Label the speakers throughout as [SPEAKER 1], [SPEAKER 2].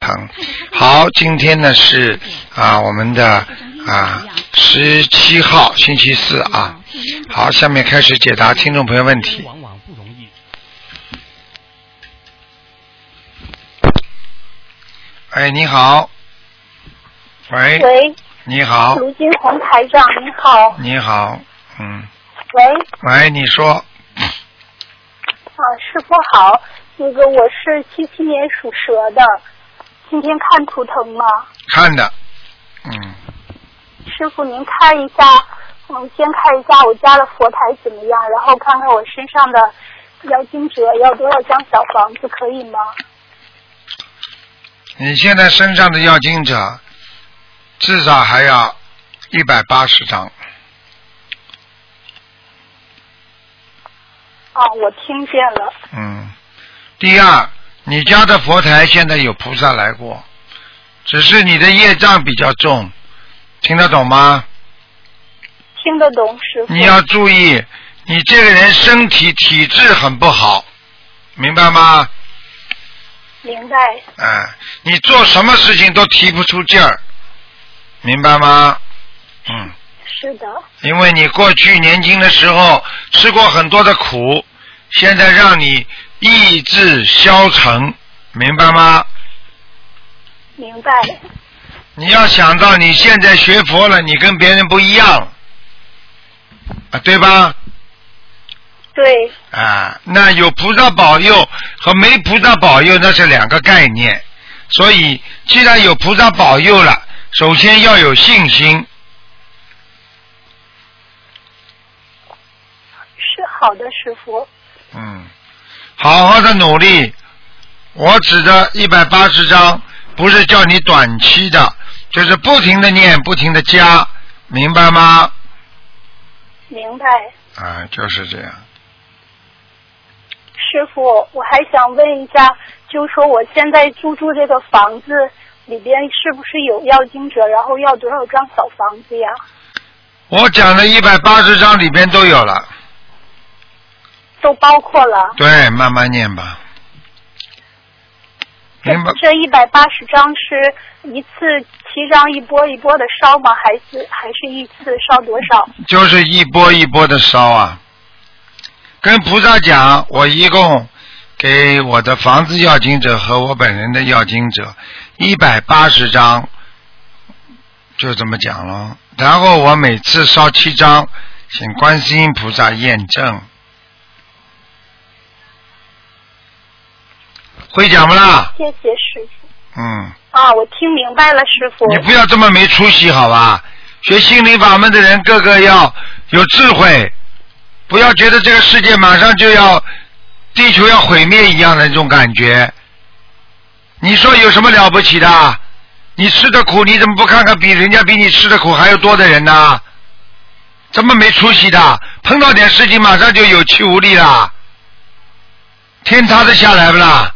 [SPEAKER 1] 康。好，今天呢是啊我们的啊十七号星期四啊。好，下面开始解答听众朋友问题。
[SPEAKER 2] 往往不容易。
[SPEAKER 1] 哎，你好。喂，
[SPEAKER 3] 喂，嗯
[SPEAKER 1] 你好，
[SPEAKER 3] 卢金红台长，你好。
[SPEAKER 1] 你好，嗯，
[SPEAKER 3] 喂，
[SPEAKER 1] 喂，你说，
[SPEAKER 3] 啊，师傅好，那个我是七七年属蛇的，今天看图腾吗？
[SPEAKER 1] 看的，嗯，
[SPEAKER 3] 师傅您看一下，嗯，先看一下我家的佛台怎么样，然后看看我身上的妖精者要多少张小房子，可以吗？
[SPEAKER 1] 你现在身上的要经者至少还要一百八十张，
[SPEAKER 3] 啊，我听见了，
[SPEAKER 1] 嗯。第二，你家的佛台现在有菩萨来过，只是你的业障比较重，听得懂吗？
[SPEAKER 3] 听得懂师傅。
[SPEAKER 1] 你要注意，你这个人身体体质很不好，明白吗？
[SPEAKER 3] 明白，
[SPEAKER 1] 哎，你做什么事情都提不出劲儿，明白吗？嗯，
[SPEAKER 3] 是的，
[SPEAKER 1] 因为你过去年轻的时候吃过很多的苦，现在让你意志消沉，明白吗？
[SPEAKER 3] 明白，
[SPEAKER 1] 你要想到你现在学佛了，你跟别人不一样，啊，对吧？
[SPEAKER 3] 对，
[SPEAKER 1] 啊，那有菩萨保佑和没菩萨保佑那是两个概念。所以，既然有菩萨保佑了，首先要有信心。
[SPEAKER 3] 是好的，师傅。
[SPEAKER 1] 嗯，好好的努力。我指的一百八十章，不是叫你短期的，就是不停的念，不停的加，明白吗？
[SPEAKER 3] 明白，
[SPEAKER 1] 啊，就是这样。
[SPEAKER 3] 师傅，我还想问一下，就说我现在租住这个房子里边是不是有要经者？然后要多少张小房子呀？
[SPEAKER 1] 我讲的一百八十章里边都有了，
[SPEAKER 3] 都包括了。
[SPEAKER 1] 对，慢慢念吧。
[SPEAKER 3] 这
[SPEAKER 1] 明白？
[SPEAKER 3] 这一百八十张是一次七张，一波一波的烧吗？还是还是一次烧多少？
[SPEAKER 1] 就是一波一波的烧啊。跟菩萨讲，我一共给我的房子要经者和我本人的要经者一百八十张，就这么讲了。然后我每次烧七张，请观世音菩萨验证。会讲不啦？
[SPEAKER 3] 谢谢师傅。
[SPEAKER 1] 嗯。
[SPEAKER 3] 啊，我听明白了，师傅。
[SPEAKER 1] 你不要这么没出息，好吧？学心灵法门的人，个个要有智慧，不要觉得这个世界马上就要地球要毁灭一样的那种感觉。你说有什么了不起的？你吃的苦，你怎么不看看比人家比你吃的苦还要多的人呢？这么没出息的，碰到点事情马上就有气无力了，天塌得下来不啦？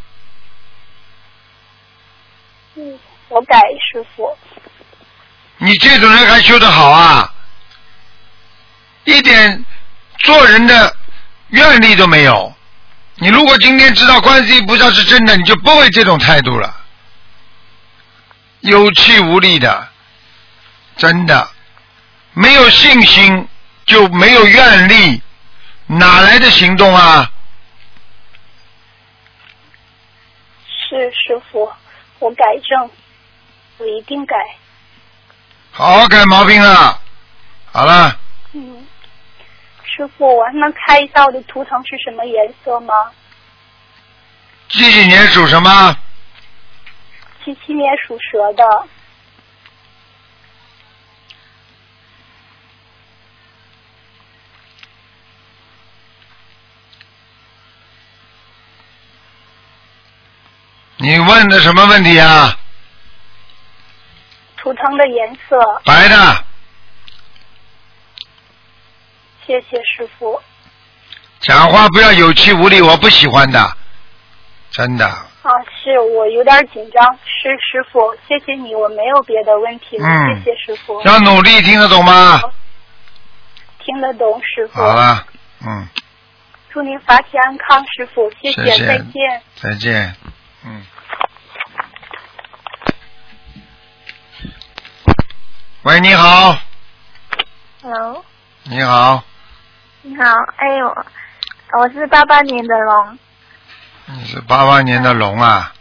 [SPEAKER 3] 嗯，我改，师傅。
[SPEAKER 1] 你这种人还修得好啊？一点做人的愿力都没有。你如果今天知道观世音菩萨是真的，你就不会这种态度了，有气无力的，真的没有信心就没有愿力，哪来的行动啊？
[SPEAKER 3] 是师傅，我改正，我一定改。
[SPEAKER 1] 好好改毛病了。好了，
[SPEAKER 3] 嗯，师傅，我还能看一下我的图腾是什么颜色吗？
[SPEAKER 1] 几几年属什么？
[SPEAKER 3] 七七年属蛇的，
[SPEAKER 1] 你问的什么问题啊？
[SPEAKER 3] 图腾的颜色。
[SPEAKER 1] 白的，
[SPEAKER 3] 谢谢师傅，
[SPEAKER 1] 讲话不要有气无力，我不喜欢的，真的。
[SPEAKER 3] 啊，是我有点紧张，是师傅，谢谢你，我没有别的问题了，
[SPEAKER 1] 嗯
[SPEAKER 3] 谢谢师傅，
[SPEAKER 1] 要努力，听得懂吗？
[SPEAKER 3] 听得懂师傅
[SPEAKER 1] 好，了，嗯，
[SPEAKER 3] 祝您法体安康，师傅，谢
[SPEAKER 1] 谢谢
[SPEAKER 3] 再见。
[SPEAKER 1] 再见，嗯。喂，你好，
[SPEAKER 4] Hello，
[SPEAKER 1] 你好，
[SPEAKER 4] 你好，哎呦，我是八八年的龙，
[SPEAKER 1] 你是八八年的龙啊？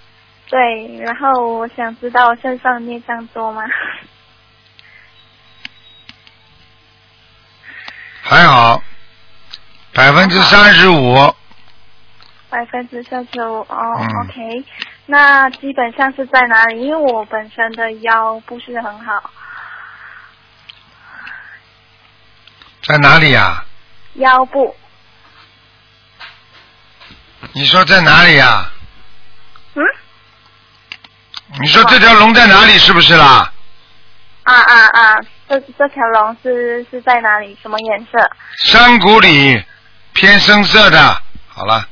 [SPEAKER 4] 对，然后我想知道我身上孽障多吗？
[SPEAKER 1] 还好，百分之三十五，
[SPEAKER 4] 百分之三十五哦、
[SPEAKER 1] 嗯
[SPEAKER 4] o k 那基本上是在哪里？因为我本身的腰不是很好，
[SPEAKER 1] 在哪里啊呀、
[SPEAKER 4] 腰部，
[SPEAKER 1] 你说在哪里呀、啊
[SPEAKER 4] 嗯，
[SPEAKER 1] 你说这条龙在哪里？是不是啦？
[SPEAKER 4] 啊啊啊，这这条龙是是在哪里？什么颜色？
[SPEAKER 1] 山谷里偏深色的。好了，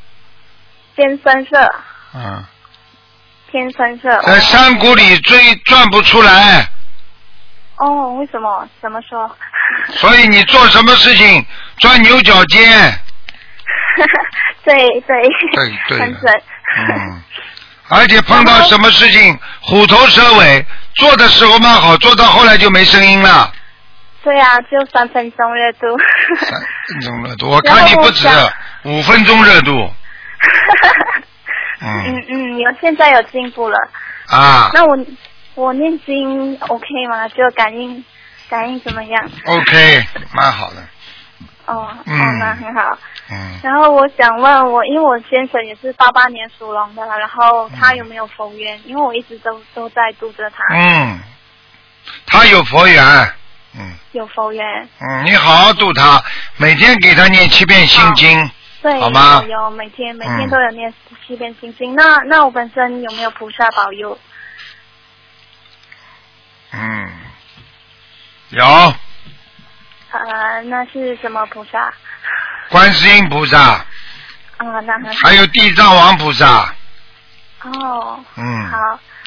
[SPEAKER 4] 偏深色，
[SPEAKER 1] 嗯，
[SPEAKER 4] 偏深色。
[SPEAKER 1] 在山谷里追转不出来，
[SPEAKER 4] 哦，为什么？怎么说？
[SPEAKER 1] 所以你做什么事情钻牛角尖。
[SPEAKER 4] 对对，
[SPEAKER 1] 对 对
[SPEAKER 4] 很
[SPEAKER 1] 了
[SPEAKER 4] 准。
[SPEAKER 1] 嗯，而且碰到什么事情虎头蛇尾，做的时候蛮好，做到后来就没声音了。
[SPEAKER 4] 对啊，就三分钟热度。
[SPEAKER 1] 三分钟热度，我看你不止
[SPEAKER 4] 然后我
[SPEAKER 1] 五分钟热 度。嗯
[SPEAKER 4] 嗯嗯，有现在有进步了。
[SPEAKER 1] 啊
[SPEAKER 4] 那我我念经 OK 吗？就感应感应怎么样？
[SPEAKER 1] ，OK，蛮好的。
[SPEAKER 4] 哦，
[SPEAKER 1] 嗯
[SPEAKER 4] 哦，那很好。
[SPEAKER 1] 嗯，
[SPEAKER 4] 然后我想问我，因为我先生也是八八年属龙的，然后他有没有佛缘？因为我一直都都在度着他，
[SPEAKER 1] 嗯，他有佛缘。嗯
[SPEAKER 4] 有佛缘。
[SPEAKER 1] 嗯，你好好度他，每天给他念七遍心经。
[SPEAKER 4] 对，
[SPEAKER 1] 好吗
[SPEAKER 4] 有有每天每
[SPEAKER 1] 嗯
[SPEAKER 4] 天都有念七遍心经。那那我本身有没有菩萨保佑？
[SPEAKER 1] 嗯，有
[SPEAKER 4] 呃，那是什么菩萨？
[SPEAKER 1] 观世音菩萨，
[SPEAKER 4] 啊、那很好。
[SPEAKER 1] 还有地藏王菩萨。
[SPEAKER 4] 哦，
[SPEAKER 1] 嗯，
[SPEAKER 4] 好。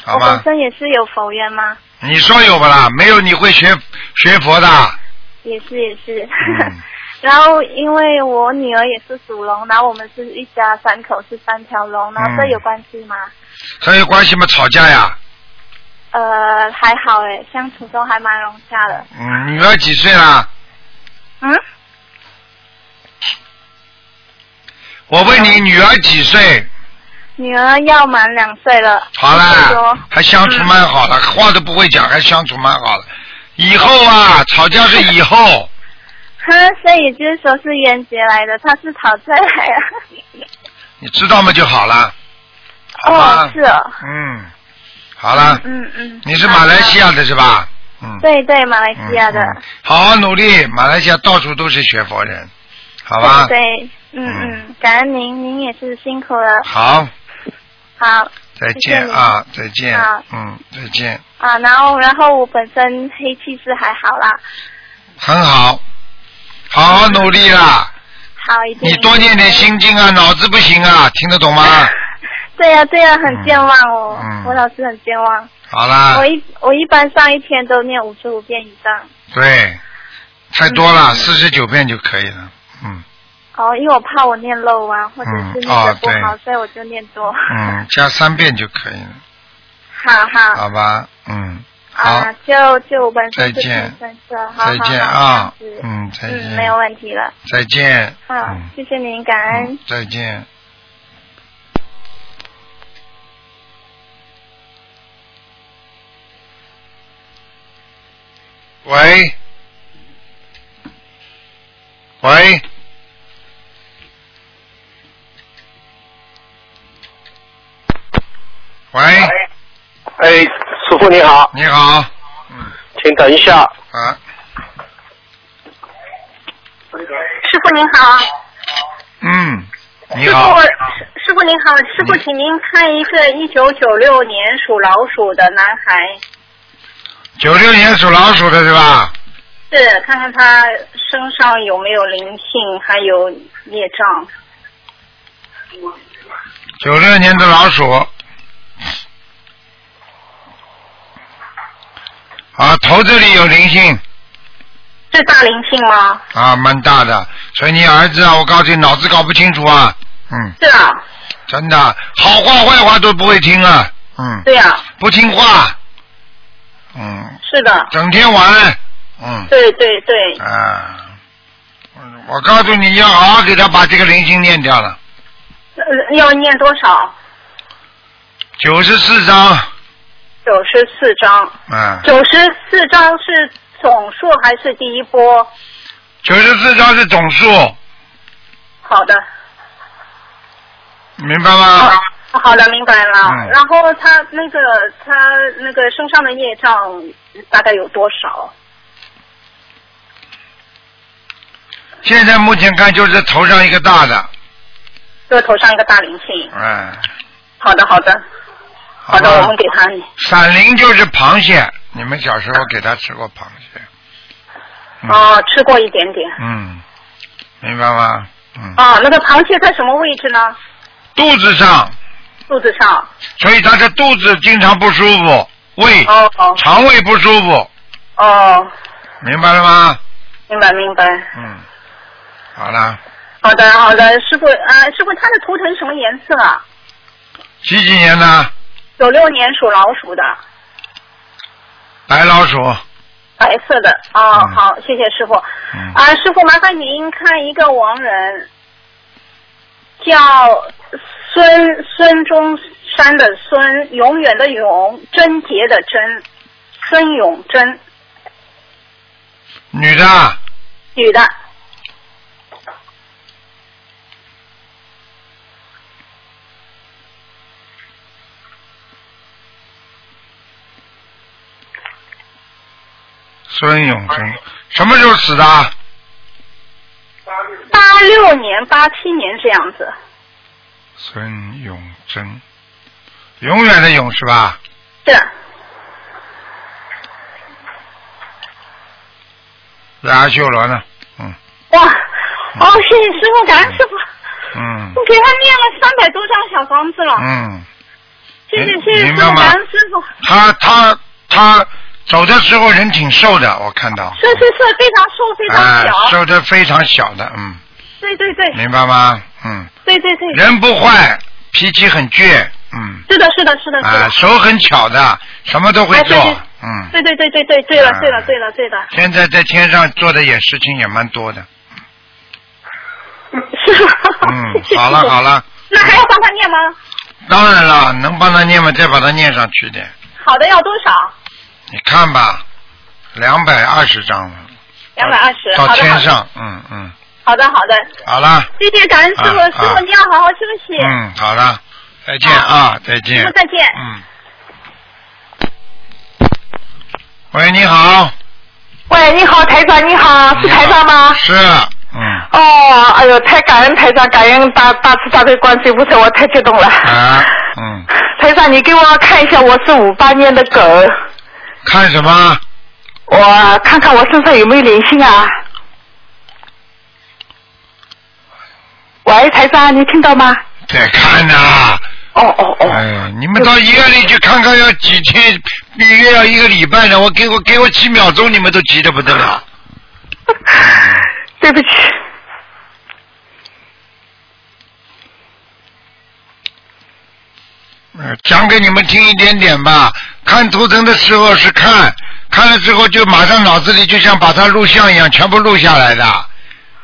[SPEAKER 1] 好
[SPEAKER 4] 我
[SPEAKER 1] 吧
[SPEAKER 4] 本身也是有佛缘吗？
[SPEAKER 1] 你说有不啦？没有你会学学佛的。
[SPEAKER 4] 也是也是。
[SPEAKER 1] 嗯
[SPEAKER 4] 然后因为我女儿也是属龙，然后我们是一家三口是三条龙，然后这
[SPEAKER 1] 嗯
[SPEAKER 4] 有关系吗？
[SPEAKER 1] 这有关系吗？吵架呀？
[SPEAKER 4] 呃，还好诶，相处都还蛮融洽的。
[SPEAKER 1] 嗯，女儿几岁啦？
[SPEAKER 4] 嗯，
[SPEAKER 1] 我问你，女儿几岁？
[SPEAKER 4] 女儿要满两岁了。
[SPEAKER 1] 好
[SPEAKER 4] 一岁多
[SPEAKER 1] 啦，还相处蛮好的，话都不会讲，还相处蛮好的。以后啊，吵架是以后，
[SPEAKER 4] 哼，所以就是说是冤结来的，他是讨债来的。
[SPEAKER 1] 你知道吗就好了，好吧？
[SPEAKER 4] 哦，是哦。
[SPEAKER 1] 嗯，好了，
[SPEAKER 4] 嗯嗯。
[SPEAKER 1] 你是马来西
[SPEAKER 4] 亚？
[SPEAKER 1] 亚的是吧？嗯，
[SPEAKER 4] 对对，马来
[SPEAKER 1] 嗯，
[SPEAKER 4] 西亚的。
[SPEAKER 1] 嗯好好努力，马来西亚到处都是学佛人，好吧？
[SPEAKER 4] 对，对嗯嗯，感恩您，您也是辛苦了。
[SPEAKER 1] 好，
[SPEAKER 4] 好
[SPEAKER 1] 再
[SPEAKER 4] 谢谢
[SPEAKER 1] 见
[SPEAKER 4] 你
[SPEAKER 1] 啊，再见
[SPEAKER 4] 好，
[SPEAKER 1] 嗯，再见，
[SPEAKER 4] 啊，然后然后我本身黑气是还好啦，
[SPEAKER 1] 很好，好好努力啦。
[SPEAKER 4] 好一定。
[SPEAKER 1] 你多念点。心经啊，脑子不行啊，听得 懂吗？
[SPEAKER 4] 对呀、对呀、很健忘哦，
[SPEAKER 1] 嗯啊
[SPEAKER 4] 我老是很健忘。
[SPEAKER 1] 好啦
[SPEAKER 4] 我，一我一般上一天都念五十五遍以上，
[SPEAKER 1] 对，太多了，
[SPEAKER 4] 嗯
[SPEAKER 1] 四十九遍就可以了。嗯
[SPEAKER 4] 哦，因为我怕我念漏啊，或者是
[SPEAKER 1] 嗯
[SPEAKER 4] 念
[SPEAKER 1] 哦
[SPEAKER 4] 的不好，
[SPEAKER 1] 对
[SPEAKER 4] 所以我就念多。
[SPEAKER 1] 嗯，加三遍就可以了，
[SPEAKER 4] 好好。
[SPEAKER 1] 好吧？嗯，好
[SPEAKER 4] 啊，，就就我本
[SPEAKER 1] 再
[SPEAKER 4] 身是
[SPEAKER 1] 见
[SPEAKER 4] 天生色，好
[SPEAKER 1] 再见
[SPEAKER 4] 好好
[SPEAKER 1] 啊
[SPEAKER 4] 这样子，
[SPEAKER 1] 嗯，再
[SPEAKER 4] 嗯，没有
[SPEAKER 1] 见，
[SPEAKER 4] 问题了。
[SPEAKER 1] 再见，
[SPEAKER 4] 好，
[SPEAKER 1] 嗯，
[SPEAKER 4] 谢谢您，感恩。
[SPEAKER 1] 嗯再见。喂，喂。喂，
[SPEAKER 5] 哎，师傅你好，
[SPEAKER 1] 你好，
[SPEAKER 5] 请等一下。
[SPEAKER 1] 啊，
[SPEAKER 3] 师傅您好，
[SPEAKER 1] 嗯，你
[SPEAKER 3] 师傅
[SPEAKER 1] 好，，嗯
[SPEAKER 3] 师师傅您好，师傅
[SPEAKER 1] 你，
[SPEAKER 3] 请您看一个一九九六年属老鼠的男孩，
[SPEAKER 1] 九六年属老鼠的是吧？
[SPEAKER 3] 是看看他身上有没有灵性，还有孽障。
[SPEAKER 1] 九六年的老鼠，啊，头这里有灵性
[SPEAKER 3] 是大灵性吗？
[SPEAKER 1] 啊，蛮大的，所以你儿子啊，我告诉你，脑子搞不清楚啊，嗯，
[SPEAKER 3] 是啊，
[SPEAKER 1] 真的，好话坏话都不会听啊，嗯，
[SPEAKER 3] 对啊，
[SPEAKER 1] 不听话，嗯，
[SPEAKER 3] 是的，
[SPEAKER 1] 整天玩，嗯，
[SPEAKER 3] 对对对，
[SPEAKER 1] 啊，嗯我告诉你你要好好给他把这个灵性念掉了，
[SPEAKER 3] 呃要念多少？
[SPEAKER 1] 九十四章，
[SPEAKER 3] 九十四章，
[SPEAKER 1] 嗯，
[SPEAKER 3] 九十四章是总数还是第一波？
[SPEAKER 1] 九十四章是总数，
[SPEAKER 3] 好的，
[SPEAKER 1] 明白吗？
[SPEAKER 3] 好，好的，明白了。
[SPEAKER 1] 嗯
[SPEAKER 3] 然后他那个他那个身上的业障大概有多少？
[SPEAKER 1] 现在目前看就是头上一个大的，
[SPEAKER 3] 这头上一个大灵性。
[SPEAKER 1] 嗯，
[SPEAKER 3] 好的，好的，
[SPEAKER 1] 好
[SPEAKER 3] 好的，我
[SPEAKER 1] 吧
[SPEAKER 3] 们。给他。
[SPEAKER 1] 闪灵就是螃蟹，你们小时候给他吃过螃蟹，嗯
[SPEAKER 3] 哦，吃过一点点。
[SPEAKER 1] 嗯，明白吗？嗯，
[SPEAKER 3] 哦，那个螃蟹在什么位置呢？
[SPEAKER 1] 肚子上，
[SPEAKER 3] 肚子上。
[SPEAKER 1] 所以他的肚子经常不舒服，胃、
[SPEAKER 3] 哦哦
[SPEAKER 1] 肠胃不舒服，
[SPEAKER 3] 哦，
[SPEAKER 1] 明白了吗？
[SPEAKER 3] 明白明白。
[SPEAKER 1] 嗯，好了，
[SPEAKER 3] 好的好的，师傅啊、师傅他的图腾什么颜色啊？
[SPEAKER 1] 几几年的
[SPEAKER 3] 九六年属老鼠的，
[SPEAKER 1] 白老鼠，
[SPEAKER 3] 白色的。哦，
[SPEAKER 1] 嗯
[SPEAKER 3] 好，谢谢师傅。
[SPEAKER 1] 嗯
[SPEAKER 3] 啊，师傅，麻烦您看一个亡人，叫孙孙中山的孙，永远的永，贞洁的贞，孙永贞，
[SPEAKER 1] 女的，
[SPEAKER 3] 女的。
[SPEAKER 1] 孙永春，什么时候死的？
[SPEAKER 3] 八六年、八七年这样子，
[SPEAKER 1] 孙永贞，永远的永是吧？
[SPEAKER 3] 是
[SPEAKER 1] 在阿修罗呢，嗯
[SPEAKER 6] 啊
[SPEAKER 3] 哇，哦，谢谢师傅，感恩师傅，
[SPEAKER 1] 嗯
[SPEAKER 3] 我给他念了三百多张小房子了，
[SPEAKER 1] 嗯，
[SPEAKER 3] 哦谢谢
[SPEAKER 1] 明
[SPEAKER 3] 谢谢师
[SPEAKER 1] 明白
[SPEAKER 3] 傅，
[SPEAKER 1] 吗
[SPEAKER 3] 感恩师傅，
[SPEAKER 1] 他他他走的时候人挺瘦的，我看到，
[SPEAKER 3] 是是是，非常瘦，非常
[SPEAKER 1] 啊
[SPEAKER 3] 小，，
[SPEAKER 1] 瘦的非常小的，嗯，
[SPEAKER 3] 对对对
[SPEAKER 1] 明白吗？嗯，
[SPEAKER 3] 对对对，
[SPEAKER 1] 人不坏，脾气很倔，嗯，
[SPEAKER 3] 是的是的是的是
[SPEAKER 1] 啊，
[SPEAKER 3] 的，
[SPEAKER 1] 手很巧的，什么都会
[SPEAKER 3] 哎对
[SPEAKER 1] 做
[SPEAKER 3] 对，
[SPEAKER 1] 嗯，
[SPEAKER 3] 对对对对对，对了
[SPEAKER 1] 啊
[SPEAKER 3] 对了对了对了，
[SPEAKER 1] 现在在天上做的也事情也蛮多的，
[SPEAKER 3] 是吧？
[SPEAKER 1] 嗯
[SPEAKER 3] 谢谢，
[SPEAKER 1] 好了
[SPEAKER 3] 师傅
[SPEAKER 1] 好，了，
[SPEAKER 3] 那还要帮他念吗？
[SPEAKER 1] 当然了，能帮他念嘛，再把它念上去点，
[SPEAKER 3] 好的，要多少？
[SPEAKER 1] 你看吧，两百二十张了，
[SPEAKER 3] 两百二十，
[SPEAKER 1] 到
[SPEAKER 3] 好的
[SPEAKER 1] 天
[SPEAKER 3] 好
[SPEAKER 1] 哦
[SPEAKER 3] 的
[SPEAKER 1] 上，嗯嗯，
[SPEAKER 3] 好的好的，
[SPEAKER 1] 好了，
[SPEAKER 3] 谢谢感恩师傅
[SPEAKER 1] 啊，
[SPEAKER 3] 师傅
[SPEAKER 1] 啊
[SPEAKER 3] 你要好好休息，
[SPEAKER 1] 嗯，好了，再见啊，再
[SPEAKER 3] 师
[SPEAKER 1] 见
[SPEAKER 3] 傅，再见。
[SPEAKER 1] 嗯。喂，你好。
[SPEAKER 7] 喂，你好，台长，你
[SPEAKER 3] 啊
[SPEAKER 7] 好，是台长吗？
[SPEAKER 1] 是，嗯，
[SPEAKER 7] 哦，哎呦，太感恩台长，感恩大大慈大悲观世音菩萨，我太激动了。
[SPEAKER 1] 啊，嗯，
[SPEAKER 7] 台长，你给我看一下，我是五八年的狗，
[SPEAKER 1] 看什么？
[SPEAKER 7] 我看看我身上有没有灵性啊？喂，台长，你听到吗？
[SPEAKER 1] 在看呐、
[SPEAKER 7] 哦哦哦，
[SPEAKER 1] 哎呀，你们到医院里去看看，要几天，预约要一个礼拜呢。我给我给我几秒钟，你们都急得不得 了。
[SPEAKER 7] 对不起。
[SPEAKER 1] 呃讲给你们听一点点吧。看图腾的时候是看，看了之后就马上脑子里就像把它录像一样，全部录下来的，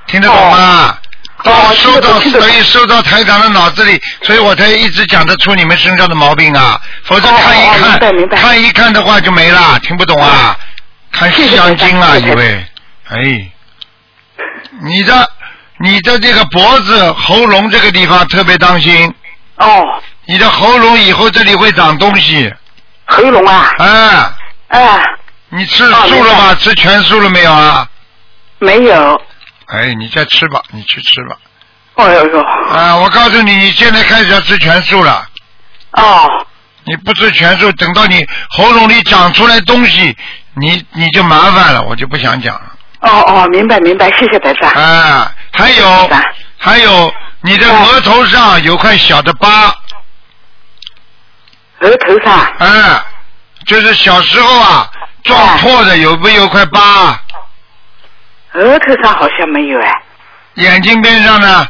[SPEAKER 1] 听得懂吗？到
[SPEAKER 7] 哦听
[SPEAKER 1] 收
[SPEAKER 7] 得懂
[SPEAKER 1] 到，
[SPEAKER 7] 听得懂
[SPEAKER 1] 所以收到台长的脑子里，所以我才一直讲得出你们身上的毛病啊，否则
[SPEAKER 7] 哦
[SPEAKER 1] 看
[SPEAKER 7] 哦
[SPEAKER 1] 一
[SPEAKER 7] 明白明
[SPEAKER 1] 看，
[SPEAKER 7] 白
[SPEAKER 1] 看一看的话就没了，听不懂啊？看《西洋经》啊，
[SPEAKER 7] 谢谢台长谢谢
[SPEAKER 1] 以为，哎，你的你的这个脖子、喉咙这个地方特别当心，
[SPEAKER 7] 哦，
[SPEAKER 1] 你的喉咙以后这里会长东西，
[SPEAKER 7] 喉咙啊，
[SPEAKER 1] 哎，
[SPEAKER 7] 啊，
[SPEAKER 1] 你吃素了吗？吃全素了没有啊？
[SPEAKER 7] 没有。
[SPEAKER 1] 哎，你再吃吧，你去吃吧。
[SPEAKER 7] 哎呦呦，
[SPEAKER 1] 啊，我告诉你，你现在开始要吃全素了。
[SPEAKER 7] 哦，
[SPEAKER 1] 你不吃全素，等到你喉咙里长出来东西，你你就麻烦了，我就不想讲了。
[SPEAKER 7] 哦哦，明白明白，谢谢台长。
[SPEAKER 1] 啊，还有
[SPEAKER 7] 是的
[SPEAKER 1] 还有，你的额头上有块小的疤，
[SPEAKER 7] 额头上，
[SPEAKER 1] 啊，就是小时候啊撞破的，有没有块疤？
[SPEAKER 7] 额头上好像没有哎，
[SPEAKER 1] 眼睛边上呢？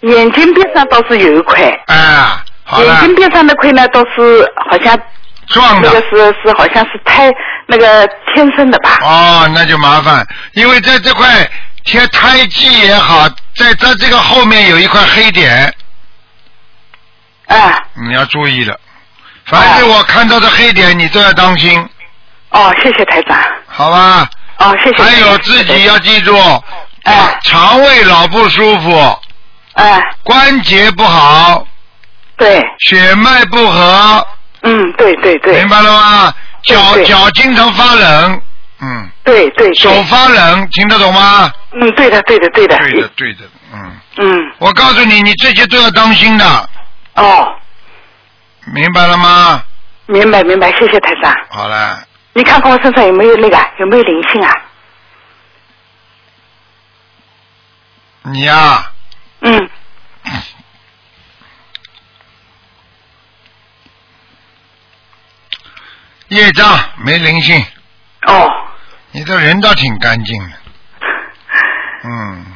[SPEAKER 7] 眼睛边上倒是有一块，
[SPEAKER 1] 哎，好
[SPEAKER 7] 眼
[SPEAKER 1] 了
[SPEAKER 7] 睛，边上那块呢倒是好像
[SPEAKER 1] 撞
[SPEAKER 7] 那
[SPEAKER 1] 的
[SPEAKER 7] 个。是是好像是胎哎那个天生的吧？
[SPEAKER 1] 哦，那就麻烦，因为在这块贴胎记也好，在它这个后面有一块黑点，
[SPEAKER 7] 哎、
[SPEAKER 1] 你要注意了。
[SPEAKER 5] 哎
[SPEAKER 1] 凡是我看到的黑点，你都要当心，
[SPEAKER 7] 哦，谢谢台长，
[SPEAKER 1] 好吧？
[SPEAKER 7] 哦，谢谢。
[SPEAKER 1] 还有自己要记住，啊
[SPEAKER 7] 哎
[SPEAKER 1] 肠胃老不舒服，
[SPEAKER 7] 哎、
[SPEAKER 1] 关节不好，
[SPEAKER 7] 对，
[SPEAKER 1] 血脉不和，
[SPEAKER 7] 嗯，对对对，
[SPEAKER 1] 明白了吗？
[SPEAKER 7] 对
[SPEAKER 1] 脚
[SPEAKER 7] 对
[SPEAKER 1] 脚经常发冷，嗯，
[SPEAKER 7] 对对对，
[SPEAKER 1] 手发冷，听得懂吗？
[SPEAKER 7] 嗯，对的对的对的，
[SPEAKER 1] 对的，对的，嗯，
[SPEAKER 7] 嗯，
[SPEAKER 1] 我告诉你，你这些都要当心的，
[SPEAKER 7] 哦，
[SPEAKER 1] 明白了吗？
[SPEAKER 7] 明白明白，谢谢台长。
[SPEAKER 1] 好了，
[SPEAKER 7] 你看看我身上有没有那个有没有灵性啊？
[SPEAKER 1] 你呀、
[SPEAKER 7] 嗯，
[SPEAKER 1] 业障没灵性，
[SPEAKER 7] 哦，
[SPEAKER 1] 你这人倒挺干净的，嗯，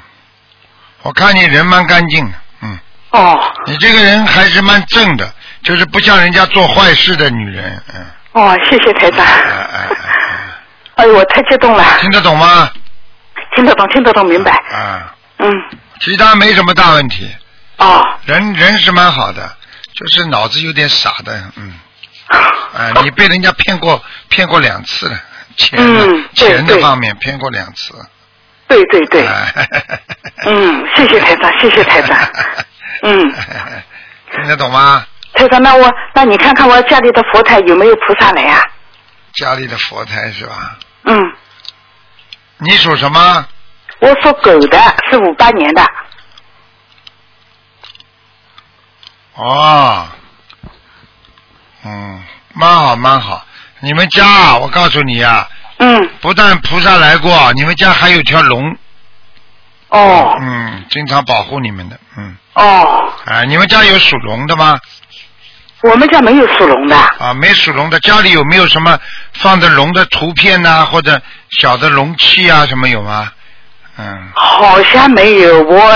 [SPEAKER 1] 我看你人蛮干净的，嗯，
[SPEAKER 7] 哦，
[SPEAKER 1] 你这个人还是蛮正的，就是不像人家做坏事的女人，嗯，
[SPEAKER 7] 哦，谢谢台长。
[SPEAKER 1] 哎哎哎
[SPEAKER 7] 哎呦，我太激动了，
[SPEAKER 1] 哎，听得懂吗？
[SPEAKER 7] 听得懂，听得懂，明白。
[SPEAKER 1] 啊，
[SPEAKER 7] 嗯，
[SPEAKER 1] 其他没什么大问题，
[SPEAKER 7] 哦，
[SPEAKER 1] 人人是蛮好的，就是脑子有点傻的，嗯，啊，你被人家骗过骗过两次了，钱的、
[SPEAKER 7] 嗯对
[SPEAKER 1] 钱的
[SPEAKER 7] 对
[SPEAKER 1] 方面骗过两次，
[SPEAKER 7] 对对对，
[SPEAKER 1] 哎
[SPEAKER 7] 嗯，谢谢台长，谢谢台长。嗯，
[SPEAKER 1] 听得懂吗？
[SPEAKER 7] 台长，那我那你看看我家里的佛台有没有菩萨来啊？
[SPEAKER 1] 家里的佛台是吧？
[SPEAKER 7] 嗯，
[SPEAKER 1] 你属什么？
[SPEAKER 7] 我属狗的，是五八年的。
[SPEAKER 1] 哦，嗯，蛮好蛮好。你们家啊，我告诉你啊，
[SPEAKER 7] 嗯，
[SPEAKER 1] 不但菩萨来过，你们家还有条龙，
[SPEAKER 7] 哦
[SPEAKER 1] 嗯，经常保护你们的，嗯，
[SPEAKER 7] 哦，
[SPEAKER 1] 哎，你们家有属龙的吗？
[SPEAKER 7] 我们家没有属龙的。
[SPEAKER 1] 啊，没属龙的，家里有没有什么放的龙的图片呐、或者小的龙器啊，什么有吗？嗯，
[SPEAKER 7] 好像没有，我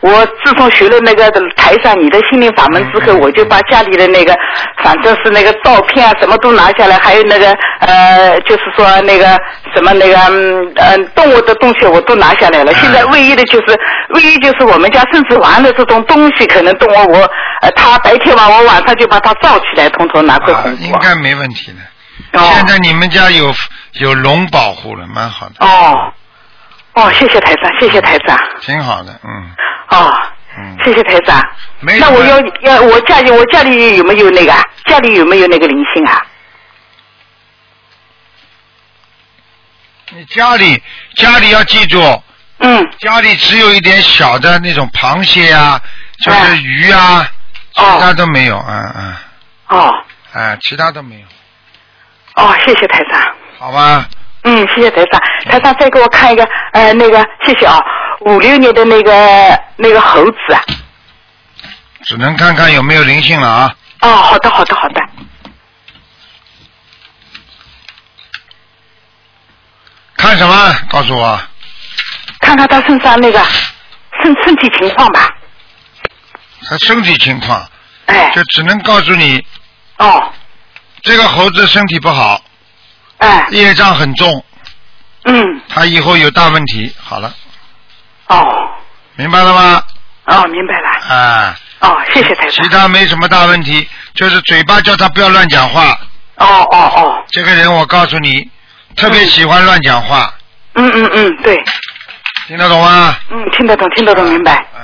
[SPEAKER 7] 我自从学了那个台上你的心灵法门之后，
[SPEAKER 1] 嗯嗯
[SPEAKER 7] 我就把家里的那个，反正是那个照片啊，什么都拿下来，还有那个呃，就是说那个什么那个嗯、呃动物的东西我都拿下来了。
[SPEAKER 1] 嗯
[SPEAKER 7] 现在唯一的就是唯一就是我们家甚至玩的这种东西，可能动物我呃，他白天玩，我晚上就把它罩起来，统统拿回
[SPEAKER 1] 啊
[SPEAKER 7] 红，
[SPEAKER 1] 应
[SPEAKER 7] 布。
[SPEAKER 1] 该没问题的。
[SPEAKER 7] 哦
[SPEAKER 1] 现在你们家有有龙保护了，蛮好的，
[SPEAKER 7] 哦哦，谢谢台长，谢谢台长，
[SPEAKER 1] 挺好的，嗯
[SPEAKER 7] 哦，
[SPEAKER 1] 嗯，
[SPEAKER 7] 谢谢台长。
[SPEAKER 1] 没
[SPEAKER 7] 那
[SPEAKER 1] 什么
[SPEAKER 7] 我要要我家里我家里有没有那个啊？家里有没有那个灵性啊？
[SPEAKER 1] 你家里家里要记住，
[SPEAKER 7] 嗯，
[SPEAKER 1] 家里只有一点小的那种螃蟹啊，就是
[SPEAKER 7] 哎
[SPEAKER 1] 鱼啊，其
[SPEAKER 7] 哦
[SPEAKER 1] 他都没有，嗯嗯，
[SPEAKER 7] 哦
[SPEAKER 1] 哎，其他都没有，
[SPEAKER 7] 哦，谢谢台长。
[SPEAKER 1] 好吧？
[SPEAKER 7] 嗯，谢谢台长。台长再给我看一个呃那个，谢谢啊，五六年的那个那个猴子啊。
[SPEAKER 1] 只能看看有没有灵性了啊。
[SPEAKER 7] 哦，好的好的好的。
[SPEAKER 1] 看什么？告诉我。
[SPEAKER 7] 看看他身上那个身身体情况吧。
[SPEAKER 1] 他身体情况，
[SPEAKER 7] 哎
[SPEAKER 1] 就只能告诉你，
[SPEAKER 7] 哦
[SPEAKER 1] 这个猴子身体不好，
[SPEAKER 7] 哎
[SPEAKER 1] 业障很重，
[SPEAKER 7] 嗯
[SPEAKER 1] 他以后有大问题。好了，
[SPEAKER 7] 哦
[SPEAKER 1] 明白了吗？
[SPEAKER 7] 哦明白了
[SPEAKER 1] 啊，
[SPEAKER 7] 哦谢谢台
[SPEAKER 1] 其
[SPEAKER 7] 长。
[SPEAKER 1] 他没什么大问题，就是嘴巴叫他不要乱讲话。
[SPEAKER 7] 哦哦哦
[SPEAKER 1] 这个人我告诉你，特别喜欢乱讲话，
[SPEAKER 7] 嗯嗯嗯对
[SPEAKER 1] 听得懂吗？
[SPEAKER 7] 嗯听得懂听得懂明白。
[SPEAKER 1] 嗯、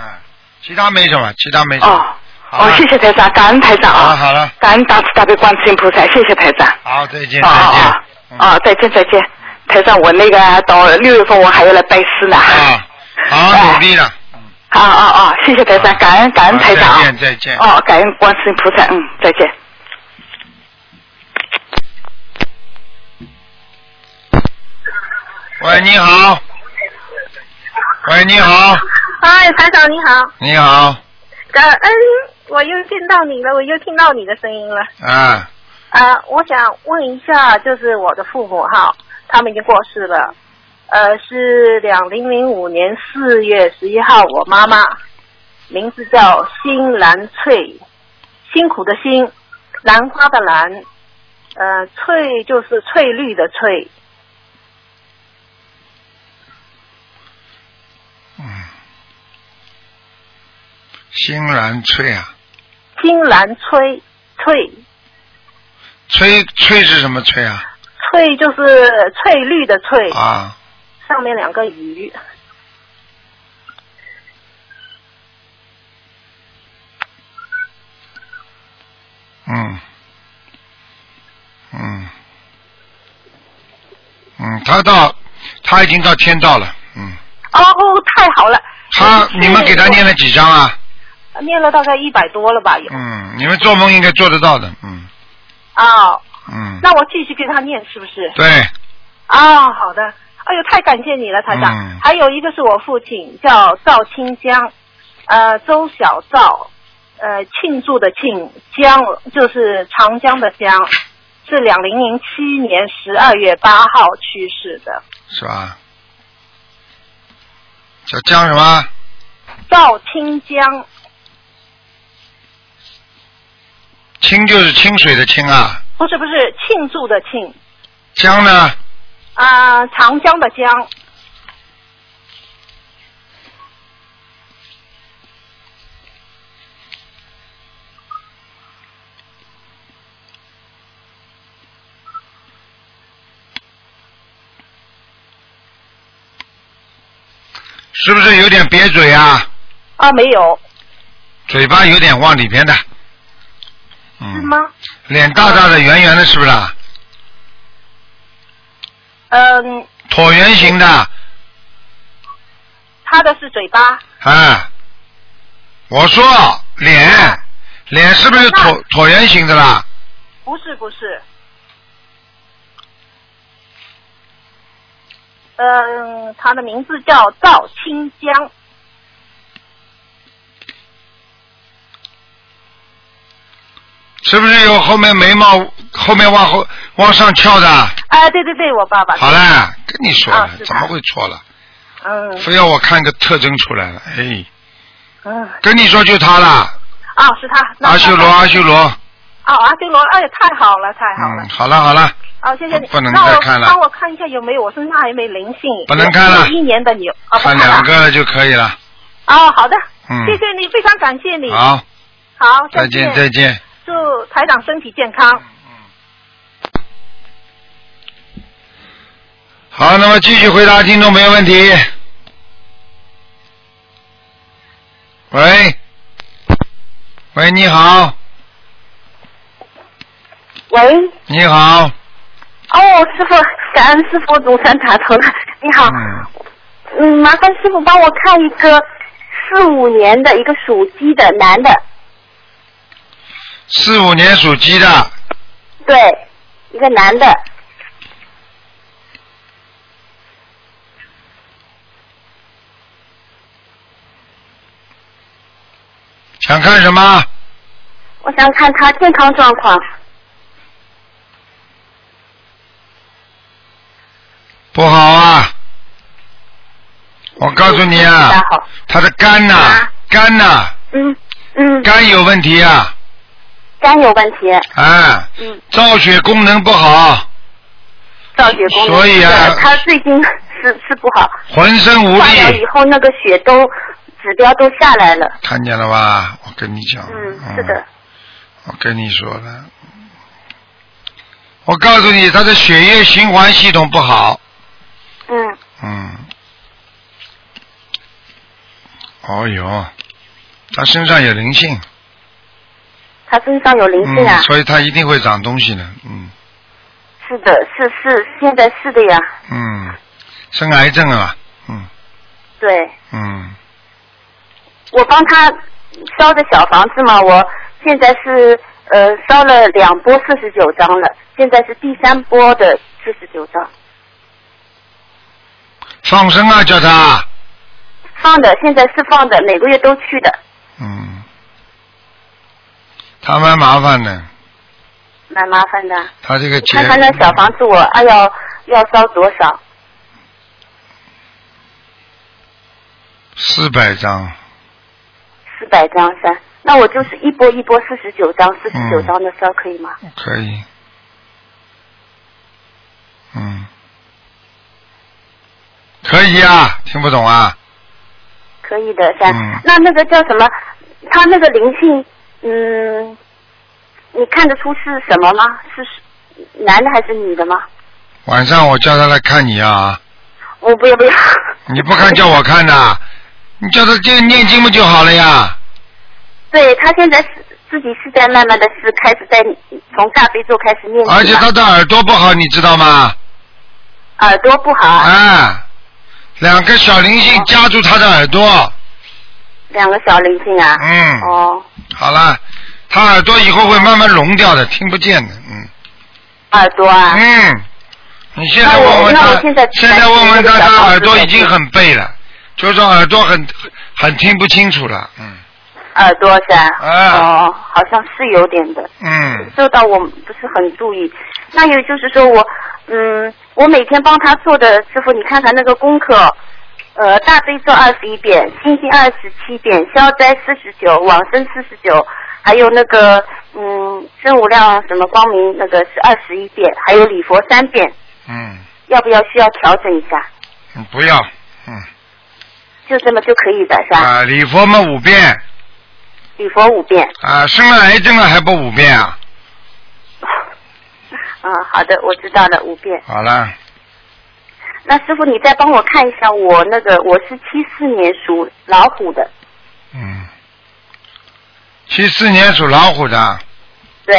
[SPEAKER 1] 其他没什么，其他没什么。
[SPEAKER 7] 哦
[SPEAKER 1] 好
[SPEAKER 7] 哦
[SPEAKER 1] 了，
[SPEAKER 7] 谢谢台长，感恩台长
[SPEAKER 1] 好了
[SPEAKER 7] 啊。
[SPEAKER 1] 好了，
[SPEAKER 7] 感恩大慈大悲观世音菩萨，谢谢台长。
[SPEAKER 1] 好，再见再见。
[SPEAKER 7] 啊啊
[SPEAKER 1] 嗯
[SPEAKER 7] 啊！再见再见，台长，我那个到六月份我还要来拜师呢。
[SPEAKER 1] 啊，好
[SPEAKER 7] 哎
[SPEAKER 1] 努力了。
[SPEAKER 7] 啊啊啊！谢谢台长，感恩感恩台长
[SPEAKER 1] 好
[SPEAKER 7] 啊
[SPEAKER 1] 再！见再见。
[SPEAKER 7] 哦，感恩观世音菩萨，嗯，再见。
[SPEAKER 1] 喂，你好。喂，你好，
[SPEAKER 4] 嗨，哎台长你好，
[SPEAKER 1] 你好，
[SPEAKER 4] 感恩我又见到你了，我又听到你的声音了。
[SPEAKER 1] 啊，
[SPEAKER 4] 啊、我想问一下，就是我的父母哈，他们已经过世了。呃，是两零零五年四月十一号，我妈妈名字叫辛兰翠，辛苦的辛，兰花的兰，
[SPEAKER 8] 呃，翠就是翠绿的翠，
[SPEAKER 1] 嗯欣然翠啊，
[SPEAKER 8] 金兰翠，翠
[SPEAKER 1] 翠翠是什么翠啊？
[SPEAKER 8] 翠就是翠绿的翠，
[SPEAKER 1] 啊，
[SPEAKER 8] 上面两个鱼，
[SPEAKER 1] 嗯，嗯，嗯，他到他已经到天道了，嗯，
[SPEAKER 8] 哦，太好了，
[SPEAKER 1] 他你们给他念了几张啊？
[SPEAKER 8] 念了大概一百多了吧，有
[SPEAKER 1] 嗯，你们做梦应该做得到的，嗯
[SPEAKER 8] 啊、
[SPEAKER 1] 嗯，
[SPEAKER 8] 那我继续给他念是不是？
[SPEAKER 1] 对，
[SPEAKER 8] 啊、好的，哎呦，太感谢你了，台长。
[SPEAKER 1] 嗯
[SPEAKER 8] 还有一个是我父亲叫赵清江，呃，周小赵，呃，庆祝的庆，江就是长江的江，是两零零七年十二月八号去世的。
[SPEAKER 1] 是吧？叫江什么？
[SPEAKER 8] 赵清江，
[SPEAKER 1] 清就是清水的清啊，
[SPEAKER 8] 不是不是庆祝的庆，
[SPEAKER 1] 江呢？
[SPEAKER 8] 啊、长江的江，
[SPEAKER 1] 是不是有点瘪嘴啊？
[SPEAKER 8] 啊，没有
[SPEAKER 1] 嘴巴有点往里边的，
[SPEAKER 8] 是
[SPEAKER 1] 嗯，
[SPEAKER 8] 吗？
[SPEAKER 1] 脸大大的、圆圆的，是不是啊？
[SPEAKER 8] 嗯，
[SPEAKER 1] 椭圆形的，
[SPEAKER 8] 他的是嘴巴，
[SPEAKER 1] 啊，我说
[SPEAKER 8] 啊
[SPEAKER 1] 脸，脸是不是椭椭圆形的啦？
[SPEAKER 8] 不是不是。嗯，他的名字叫赵清江，
[SPEAKER 1] 是不是有后面眉毛后面往后往上翘的？
[SPEAKER 8] 哎，对对对，我爸爸。
[SPEAKER 1] 好啦，跟你说了
[SPEAKER 8] 啊，是的
[SPEAKER 1] 怎么会错了？
[SPEAKER 8] 嗯
[SPEAKER 1] 非要我看个特征出来了，哎，
[SPEAKER 8] 嗯，
[SPEAKER 1] 跟你说就他啦，
[SPEAKER 8] 啊，是他。那
[SPEAKER 1] 阿修罗，阿修罗，
[SPEAKER 8] 哦，阿修罗，哎呀，太好了，太好了
[SPEAKER 1] 嗯，。好了好了，
[SPEAKER 8] 啊，谢谢你。
[SPEAKER 1] 不不能
[SPEAKER 8] 那我
[SPEAKER 1] 再看了
[SPEAKER 8] 帮我看一下有没有，我身上还没灵性。
[SPEAKER 1] 不能看了
[SPEAKER 8] 一年的牛。啊，不
[SPEAKER 1] 看
[SPEAKER 8] 了
[SPEAKER 1] 两。个就可以了，
[SPEAKER 8] 哦，好的。
[SPEAKER 1] 嗯
[SPEAKER 8] 谢谢你，非常感谢你。
[SPEAKER 1] 好，
[SPEAKER 8] 好，
[SPEAKER 1] 再见再见。
[SPEAKER 8] 祝台长身体健康。
[SPEAKER 1] 好，那么继续回答听众朋友问题。喂，喂，你好，
[SPEAKER 6] 喂，
[SPEAKER 1] 你好，
[SPEAKER 6] 哦，师傅，感恩师傅，总算打通了。你好，
[SPEAKER 1] 嗯，
[SPEAKER 6] 嗯，麻烦师傅帮我看一个四五年的一个属鸡的男的，
[SPEAKER 1] 四五年属鸡的，
[SPEAKER 6] 对，一个男的，
[SPEAKER 1] 想看什么？
[SPEAKER 6] 我想看他健康状况。
[SPEAKER 1] 不好啊！我告诉你
[SPEAKER 6] 嗯不
[SPEAKER 1] 啊
[SPEAKER 6] 大，好，
[SPEAKER 1] 他的肝呐、
[SPEAKER 6] 啊
[SPEAKER 1] 肝呐、
[SPEAKER 6] 嗯嗯，
[SPEAKER 1] 肝有问题啊，
[SPEAKER 6] 肝有问题，
[SPEAKER 1] 啊，
[SPEAKER 6] 嗯，
[SPEAKER 1] 造血功能不好，
[SPEAKER 6] 造血功能，
[SPEAKER 1] 所以啊
[SPEAKER 6] 对他最近是是不好，
[SPEAKER 1] 浑身无
[SPEAKER 6] 化疗以
[SPEAKER 1] 力，
[SPEAKER 6] 后那个血都指标都下来了，
[SPEAKER 1] 看见了吧？我跟你讲，
[SPEAKER 6] 嗯，是的，
[SPEAKER 1] 我跟你说了，我告诉你，他的血液循环系统不好。
[SPEAKER 6] 嗯，
[SPEAKER 1] 嗯。哦哟，他身上有灵性，
[SPEAKER 6] 他身上有灵性啊
[SPEAKER 1] 嗯，，所以他一定会长东西的，嗯
[SPEAKER 6] 是的，是是，现在是的呀，
[SPEAKER 1] 嗯，生癌症啊，嗯
[SPEAKER 6] 对。
[SPEAKER 1] 嗯，
[SPEAKER 6] 我帮他烧的小房子嘛，我现在是呃烧了两波四十九张了，现在是第三波的四十九张
[SPEAKER 1] 放生啊，叫他，
[SPEAKER 6] 放的，现在是放的，每个月都去的，
[SPEAKER 1] 嗯，他蛮麻烦的，
[SPEAKER 6] 蛮麻烦的。
[SPEAKER 1] 他这个
[SPEAKER 6] 你
[SPEAKER 1] 结，
[SPEAKER 6] 看他那小房子我，哎呀要烧多少？
[SPEAKER 1] 四百张，
[SPEAKER 6] 四百张三，嗯那我就是一波一波四十九张，四十九张的烧可以吗？
[SPEAKER 1] 可以，嗯可以啊，听不懂啊？
[SPEAKER 6] 可以的，是吧？
[SPEAKER 1] 嗯
[SPEAKER 6] 那那个叫什么？他那个灵性，嗯，你看得出是什么吗？是是男的还是女的吗？
[SPEAKER 1] 晚上我叫他来看你啊，
[SPEAKER 6] 我不要不要，
[SPEAKER 1] 你不看叫我看呐？你叫他就念经不就好了呀？
[SPEAKER 6] 对他现在是自己是在慢慢的是开始在从大悲咒开始念经了，
[SPEAKER 1] 而且他的耳朵不好，你知道吗？
[SPEAKER 6] 耳朵不好，
[SPEAKER 1] 哎，两个小灵性夹住他的耳朵，
[SPEAKER 6] 两个小灵性啊，
[SPEAKER 1] 嗯
[SPEAKER 6] 哦，
[SPEAKER 1] 好了，他耳朵以后会慢慢聋掉的，听不见的，嗯
[SPEAKER 6] 耳朵啊，
[SPEAKER 1] 嗯。你现在
[SPEAKER 6] 那我
[SPEAKER 1] 问问
[SPEAKER 6] 那我
[SPEAKER 1] 他，
[SPEAKER 6] 现在
[SPEAKER 1] 在问问他，
[SPEAKER 6] 在
[SPEAKER 1] 他
[SPEAKER 6] 找
[SPEAKER 1] 耳朵
[SPEAKER 6] 房子
[SPEAKER 1] 已经很背了，就是说耳朵很很听不清楚了，嗯
[SPEAKER 6] 耳朵是吧？
[SPEAKER 1] 啊
[SPEAKER 6] 哦，好像是有点的，
[SPEAKER 1] 嗯，
[SPEAKER 6] 做到我不是很注意。那也就是说我，嗯，我每天帮他做的，师傅你看看那个功课，呃，大悲咒二十一遍，心经二十七遍，消灾四十九，往生四十九，还有那个嗯，真无量什么光明那个是二十一遍，还有礼佛三遍，
[SPEAKER 1] 嗯，
[SPEAKER 6] 要不要需要调整一下？
[SPEAKER 1] 嗯不要，嗯
[SPEAKER 6] 就这么就可以的是吧？
[SPEAKER 1] 啊，礼佛嘛五遍
[SPEAKER 6] 礼佛五遍。
[SPEAKER 1] 啊，生了癌症了还不五遍啊？
[SPEAKER 6] 嗯，好的，我知道了，五遍。
[SPEAKER 1] 好了，
[SPEAKER 6] 那师傅，你再帮我看一下我那个，我是七四年属老虎的，
[SPEAKER 1] 嗯，七四年属老虎的，
[SPEAKER 6] 对，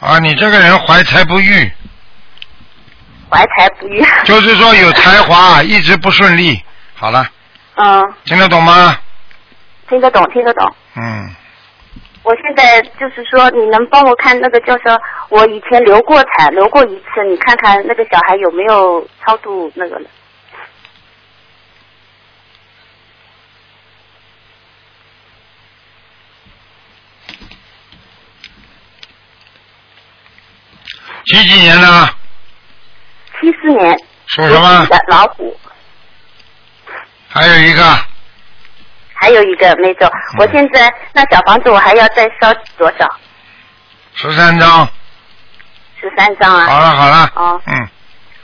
[SPEAKER 1] 啊，你这个人怀才不遇，
[SPEAKER 6] 怀才不遇。
[SPEAKER 1] 就是说有才华，一直不顺利。好了，
[SPEAKER 6] 嗯，
[SPEAKER 1] 听得懂吗？
[SPEAKER 6] 听得懂，听得懂。
[SPEAKER 1] 嗯，
[SPEAKER 6] 我现在就是说，你能帮我看那个，就是说我以前流过产，流过一次，你看看那个小孩有没有超度那个了？
[SPEAKER 1] 几几年的？
[SPEAKER 6] 七四年
[SPEAKER 1] 属什么
[SPEAKER 6] 属？的老虎，
[SPEAKER 1] 还有一个，
[SPEAKER 6] 还有一个没走。
[SPEAKER 1] 嗯
[SPEAKER 6] 我现在那小房子我还要再烧多少？
[SPEAKER 1] 十三张。
[SPEAKER 6] 十三张啊
[SPEAKER 1] 好了好了，
[SPEAKER 6] 哦
[SPEAKER 1] 嗯，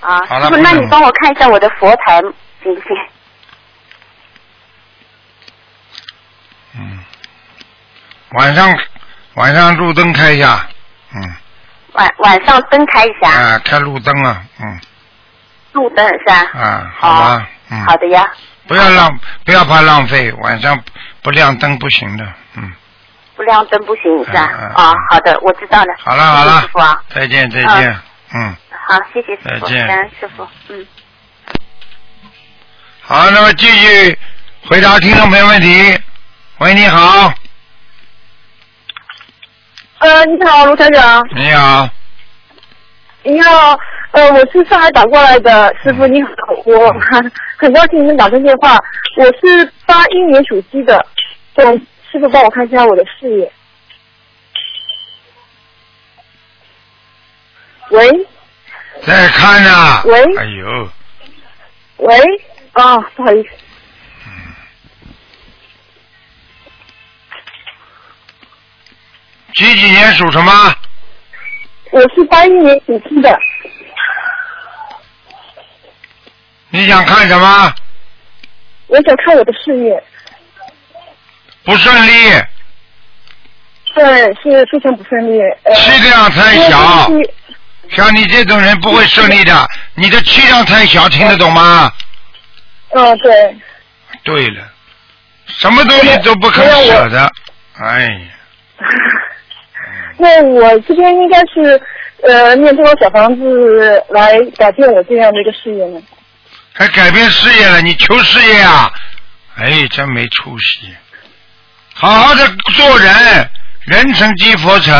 [SPEAKER 6] 啊！
[SPEAKER 1] 好了
[SPEAKER 6] 师傅，
[SPEAKER 1] 不
[SPEAKER 6] 那
[SPEAKER 1] 能
[SPEAKER 6] 你帮我看一下我的佛台行不行？
[SPEAKER 1] 嗯晚上晚上路灯开一下，嗯，
[SPEAKER 6] 晚晚上灯开一下，
[SPEAKER 1] 啊，开路灯了，嗯，
[SPEAKER 6] 路灯是吧？
[SPEAKER 1] 啊，好
[SPEAKER 6] 哦
[SPEAKER 1] 了，嗯，
[SPEAKER 6] 好的呀。
[SPEAKER 1] 不要浪，不要怕浪费，晚上不亮灯不行的，嗯，
[SPEAKER 6] 不亮灯不行是吧？
[SPEAKER 1] 嗯嗯
[SPEAKER 6] 啊、好的，我知道了。
[SPEAKER 1] 好了好
[SPEAKER 6] 谢谢
[SPEAKER 1] 了
[SPEAKER 6] 师傅啊，，
[SPEAKER 1] 再见再见，嗯。
[SPEAKER 6] 好，谢谢师傅，
[SPEAKER 1] 再见
[SPEAKER 6] 感恩师傅，嗯。
[SPEAKER 1] 好，那么继续回答听众朋友问题。喂，你好，
[SPEAKER 9] 呃，你好，卢台长。
[SPEAKER 1] 你好，
[SPEAKER 9] 你好，呃，我是上海打过来的，师
[SPEAKER 1] 嗯
[SPEAKER 9] 傅你好，我很高兴能打通电话。我是八一年属鸡的，对，师傅帮我看一下我的事业。喂
[SPEAKER 1] 在看呢、
[SPEAKER 9] 喂
[SPEAKER 1] 哎呦，
[SPEAKER 9] 喂，啊，不好意思，
[SPEAKER 1] 几几年属什么？
[SPEAKER 9] 我是八一年属鸡的，
[SPEAKER 1] 你想看什么？
[SPEAKER 9] 我想看我的事业，
[SPEAKER 1] 不顺利，
[SPEAKER 9] 对，是非常不顺利，呃，
[SPEAKER 1] 气量太小
[SPEAKER 9] 因，为是
[SPEAKER 1] 像你这种人不会顺利的。你的气量太小，听得懂吗？
[SPEAKER 9] 嗯，对，
[SPEAKER 1] 对了，什么东西都不肯舍得。哎呀，
[SPEAKER 9] 那我这边应该是呃念多少小房子来改变我这样的一个事业呢？
[SPEAKER 1] 还改变事业了？你求事业啊？哎，真没出息！好好的做人，人成即佛成，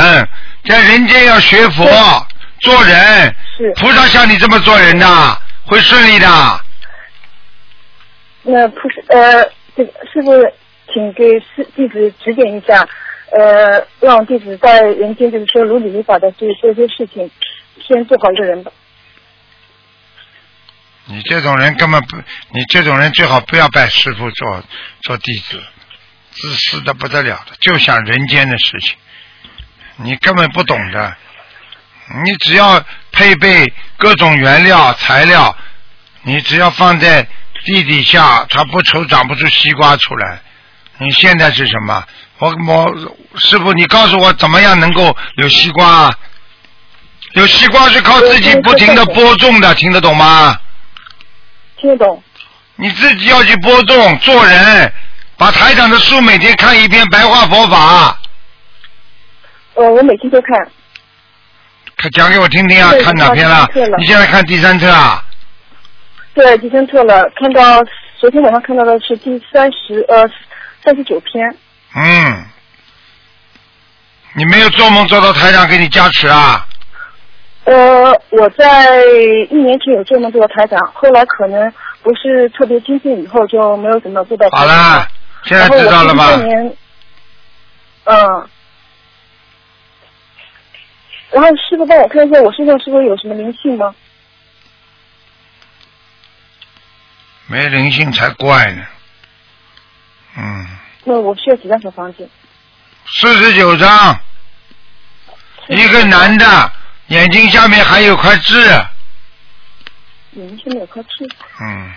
[SPEAKER 1] 在人间要学佛做人。
[SPEAKER 9] 是，
[SPEAKER 1] 菩萨像你这么做人的，会顺利的。
[SPEAKER 9] 那不是呃，这个师傅，请给师弟子指点一下，呃，让弟子在人间就是说如理如法的去做一些事情，先做好一个人吧。
[SPEAKER 1] 你这种人根本不，你这种人最好不要拜师傅做做弟子，自私的不得了的，就想人间的事情，你根本不懂的。你只要配备各种原料材料，你只要放在地底下，它不愁长不出西瓜出来。你现在是什么？我我师傅，你告诉我怎么样能够有西瓜啊？有西瓜是靠自己不停的播种的，听得懂吗？
[SPEAKER 9] 听得懂。
[SPEAKER 1] 你自己要去播种，做人，把台长的书每天看一遍《白话佛法
[SPEAKER 9] 呃，我每天都看，》，
[SPEAKER 1] 看讲给我听听啊
[SPEAKER 9] 对，
[SPEAKER 1] 看哪篇了
[SPEAKER 9] 看第三册了？
[SPEAKER 1] 你现在看第三册啊？
[SPEAKER 9] 对，第三册了，看到昨天晚上看到的是第三十呃三十九篇，
[SPEAKER 1] 嗯，你没有做梦做到台长给你加持啊？
[SPEAKER 9] 呃，我在一年前有做梦做到台长，后来可能不是特别精进，以后就没有怎么做到台
[SPEAKER 1] 好
[SPEAKER 9] 长。
[SPEAKER 1] 了，现在知道了吧
[SPEAKER 9] 然后我？是一三年，嗯。然后师傅帮我看一下我身上是不是有什么灵性吗？
[SPEAKER 1] 没灵性才怪呢。嗯，
[SPEAKER 9] 那我需要几张小房子？
[SPEAKER 1] 四十九章，一个男的，眼睛下面还有块痣。
[SPEAKER 9] 灵性有颗痣，
[SPEAKER 1] 嗯，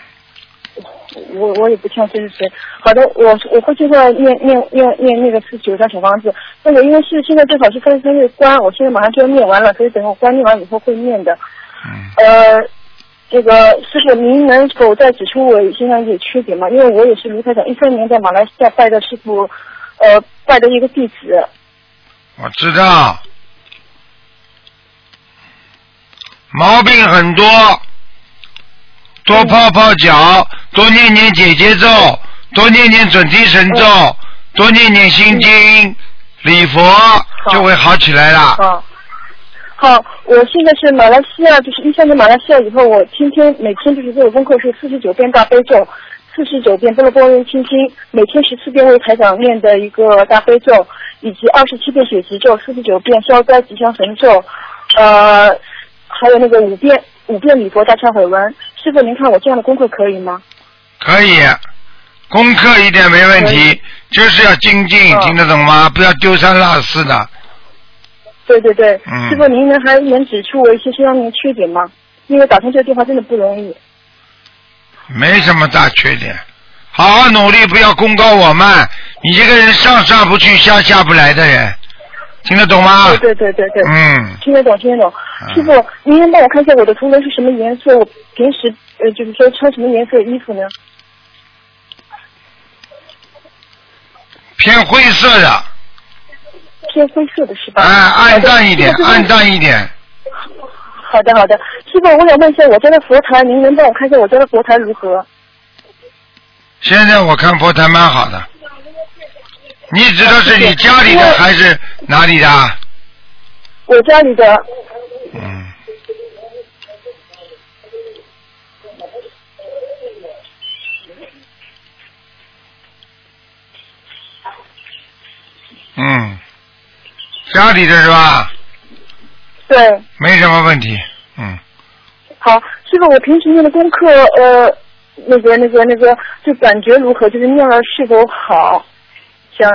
[SPEAKER 9] 我我也不知道这是谁。好的，我我会尽快念念念念那个四十九张小房子。那个因为是现在正好是三十三日关，我现在马上就要念完了，所以等我关念完以后会念的。
[SPEAKER 1] 嗯，
[SPEAKER 9] 呃，这个师傅，您能否再指出我身上一些缺点吗？因为我也是卢台长一三年在马来西亚拜的师傅，呃，拜的一个弟子。
[SPEAKER 1] 我啊知道，毛病很多，多泡泡脚，多念念姐姐咒，多念念准提神咒，多念念心经、礼佛，就会好起来了。
[SPEAKER 9] 啊，好，我现在是马来西亚，就是一三年马来西亚以后，我天天每天就是做的功课是四十九遍大悲咒，四十九遍波罗波罗蜜心经，每天十四遍为台长念的一个大悲咒，以及二十七遍血集咒，四十九遍消灾吉祥神咒，呃，还有那个五遍五遍礼佛大忏悔文。师傅，您看我这样的功课可以吗？
[SPEAKER 1] 可以，功课一点没问题，就是要精进，
[SPEAKER 9] 嗯
[SPEAKER 1] 听得懂吗？不要丢三落四的。
[SPEAKER 9] 对对对，
[SPEAKER 1] 嗯
[SPEAKER 9] 师傅，您能还能指出我一些身上的缺点吗？因为打通这个电话真的不容易。
[SPEAKER 1] 没什么大缺点，好好努力，不要功高我慢。你这个人上上不去，下下不来的人，听得懂吗？
[SPEAKER 9] 对对对对对。
[SPEAKER 1] 嗯，
[SPEAKER 9] 听得懂，听得懂。师傅，您能帮我看一下我的图腾是什么颜色？我平时呃，就是说穿什么颜色的衣服呢？
[SPEAKER 1] 偏灰色的，
[SPEAKER 9] 偏灰色的是吧？
[SPEAKER 1] 哎，暗淡一点
[SPEAKER 9] 好，的
[SPEAKER 1] 暗。淡一点。
[SPEAKER 9] 好的，好的。师傅，我想问一下我家的佛台，您能帮我看一下我家的佛台如何？
[SPEAKER 1] 现在我看佛台蛮好的，你指的是你家里的还是哪里的？
[SPEAKER 9] 我家里的
[SPEAKER 1] 嗯，嗯，家里的是吧？
[SPEAKER 9] 对，
[SPEAKER 1] 没什么问题。嗯，
[SPEAKER 9] 好，师傅，我平时念的功课，呃，那个、那个、那个，就感觉如何？就是念了是否好？想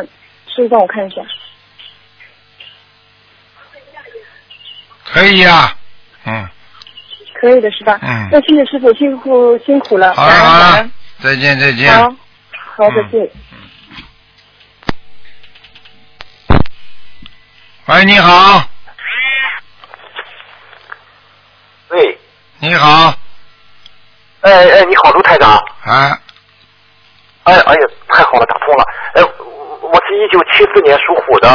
[SPEAKER 9] 师傅帮我看一下。
[SPEAKER 1] 可以呀。嗯，
[SPEAKER 9] 可以的是吧？
[SPEAKER 1] 嗯
[SPEAKER 9] 那谢谢师傅，辛苦辛苦了。
[SPEAKER 1] 好了
[SPEAKER 9] 感恩
[SPEAKER 1] 好
[SPEAKER 9] 感
[SPEAKER 1] 了
[SPEAKER 9] 恩，
[SPEAKER 1] 再见再见。
[SPEAKER 9] 嗯好，好，再见。
[SPEAKER 1] 喂，你好，
[SPEAKER 5] 喂，
[SPEAKER 1] 你好，
[SPEAKER 5] 哎哎，你好，卢台长。
[SPEAKER 1] 啊，
[SPEAKER 5] 哎哎呀，太好了，打通了。哎，我我是一九七四年属虎的，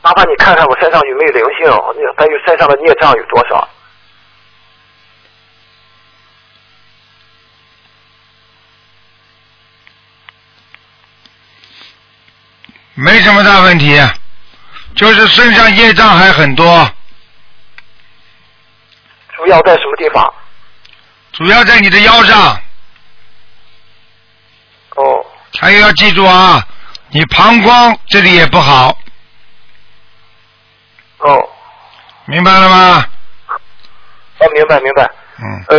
[SPEAKER 5] 麻烦你看看我身上有没有灵性，那还有身上的孽障有多少？
[SPEAKER 1] 没什么大问题，就是身上业障还很多，
[SPEAKER 5] 主要在什么地方？
[SPEAKER 1] 主要在你的腰上。
[SPEAKER 5] 哦，
[SPEAKER 1] 还有要记住啊，你膀胱这里也不好，
[SPEAKER 5] 哦，
[SPEAKER 1] 明白了吗？
[SPEAKER 5] 哦，明白明白。
[SPEAKER 1] 嗯，
[SPEAKER 5] 呃，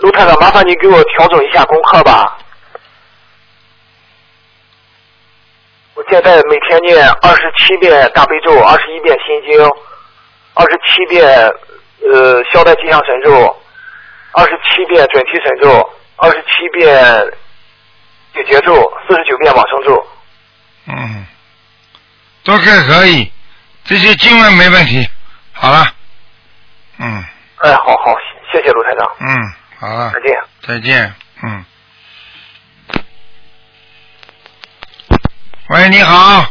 [SPEAKER 5] 卢太长，麻烦你给我调整一下功课吧。我现在每天念二十七遍大悲咒，二十一遍心经，二十七遍呃消灾吉祥神咒，二十七遍准提神咒，二十七遍解结咒，四十九遍往生咒。
[SPEAKER 1] 嗯，都可以可以，这些经文没问题。好了，嗯
[SPEAKER 5] 哎，好好，谢谢卢台长，
[SPEAKER 1] 嗯，好了
[SPEAKER 5] 再，见。
[SPEAKER 1] 再见，嗯。喂，你好，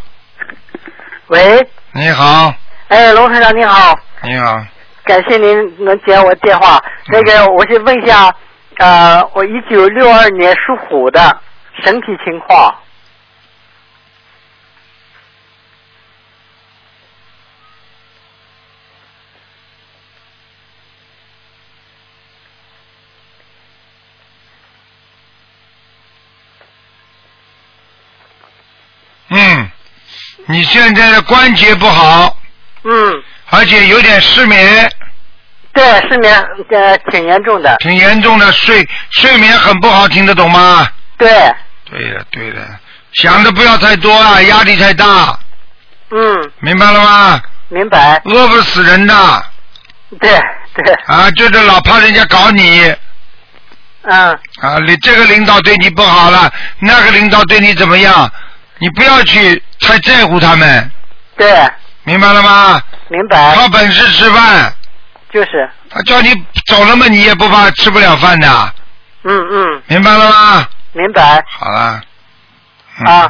[SPEAKER 10] 喂，
[SPEAKER 1] 你好，
[SPEAKER 10] 哎，龙台长你好，
[SPEAKER 1] 你好，
[SPEAKER 10] 感谢您能接我电话。那个，我是问一下，呃，我一九六二年属虎的身体情况。
[SPEAKER 1] 嗯，你现在的关节不好，
[SPEAKER 10] 嗯，
[SPEAKER 1] 而且有点失眠，
[SPEAKER 10] 对，失眠呃挺严重的。
[SPEAKER 1] 挺严重的，睡睡眠很不好，听得懂吗？
[SPEAKER 10] 对，
[SPEAKER 1] 对的，对的，想的不要太多啊，压力太大，
[SPEAKER 10] 嗯，
[SPEAKER 1] 明白了吗？
[SPEAKER 10] 明白。
[SPEAKER 1] 饿不死人的
[SPEAKER 10] 对对，
[SPEAKER 1] 啊，就是老怕人家搞你
[SPEAKER 10] 嗯
[SPEAKER 1] 啊，你这个领导对你不好了，那个领导对你怎么样，你不要去太在乎他们，
[SPEAKER 10] 对，
[SPEAKER 1] 明白了吗？
[SPEAKER 10] 明白，
[SPEAKER 1] 靠本事吃饭，
[SPEAKER 10] 就是，
[SPEAKER 1] 他叫你走了嘛，你也不怕吃不了饭的，
[SPEAKER 10] 嗯嗯，
[SPEAKER 1] 明白了吗？
[SPEAKER 10] 明白。
[SPEAKER 1] 好了，嗯、
[SPEAKER 10] 啊，，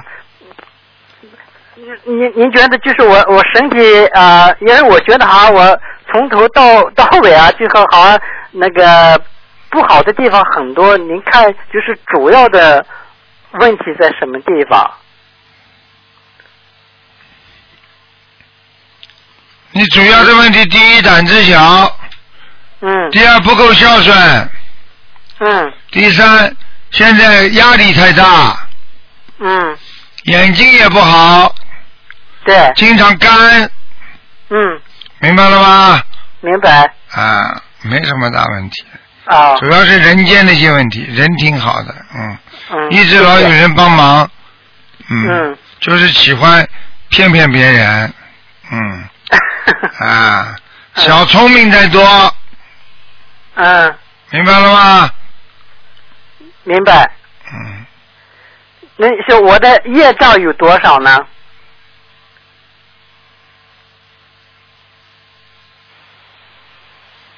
[SPEAKER 10] 您您您觉得就是我我身体啊、呃因为我觉得哈、我从头到到尾啊，最后好像那个不好的地方很多。您看，就是主要的问题在什么地方？
[SPEAKER 1] 你主要的问题，第一胆子小，
[SPEAKER 10] 嗯
[SPEAKER 1] 第二不够孝顺，
[SPEAKER 10] 嗯
[SPEAKER 1] 第三现在压力太大，
[SPEAKER 10] 嗯，
[SPEAKER 1] 眼睛也不好，
[SPEAKER 10] 对，
[SPEAKER 1] 经常干，
[SPEAKER 10] 嗯，
[SPEAKER 1] 明白了吗？
[SPEAKER 10] 明白
[SPEAKER 1] 啊，没什么大问题，
[SPEAKER 10] 啊，
[SPEAKER 1] 主要是人间那些问题，人挺好的，嗯，
[SPEAKER 10] 嗯，
[SPEAKER 1] 一直老有人帮忙，嗯，
[SPEAKER 10] 嗯，
[SPEAKER 1] 就是喜欢骗骗别人， 嗯啊，小聪明太多，
[SPEAKER 10] 嗯，
[SPEAKER 1] 明白了吗？
[SPEAKER 10] 明白。
[SPEAKER 1] 嗯，
[SPEAKER 10] 那是我的业障有多少呢？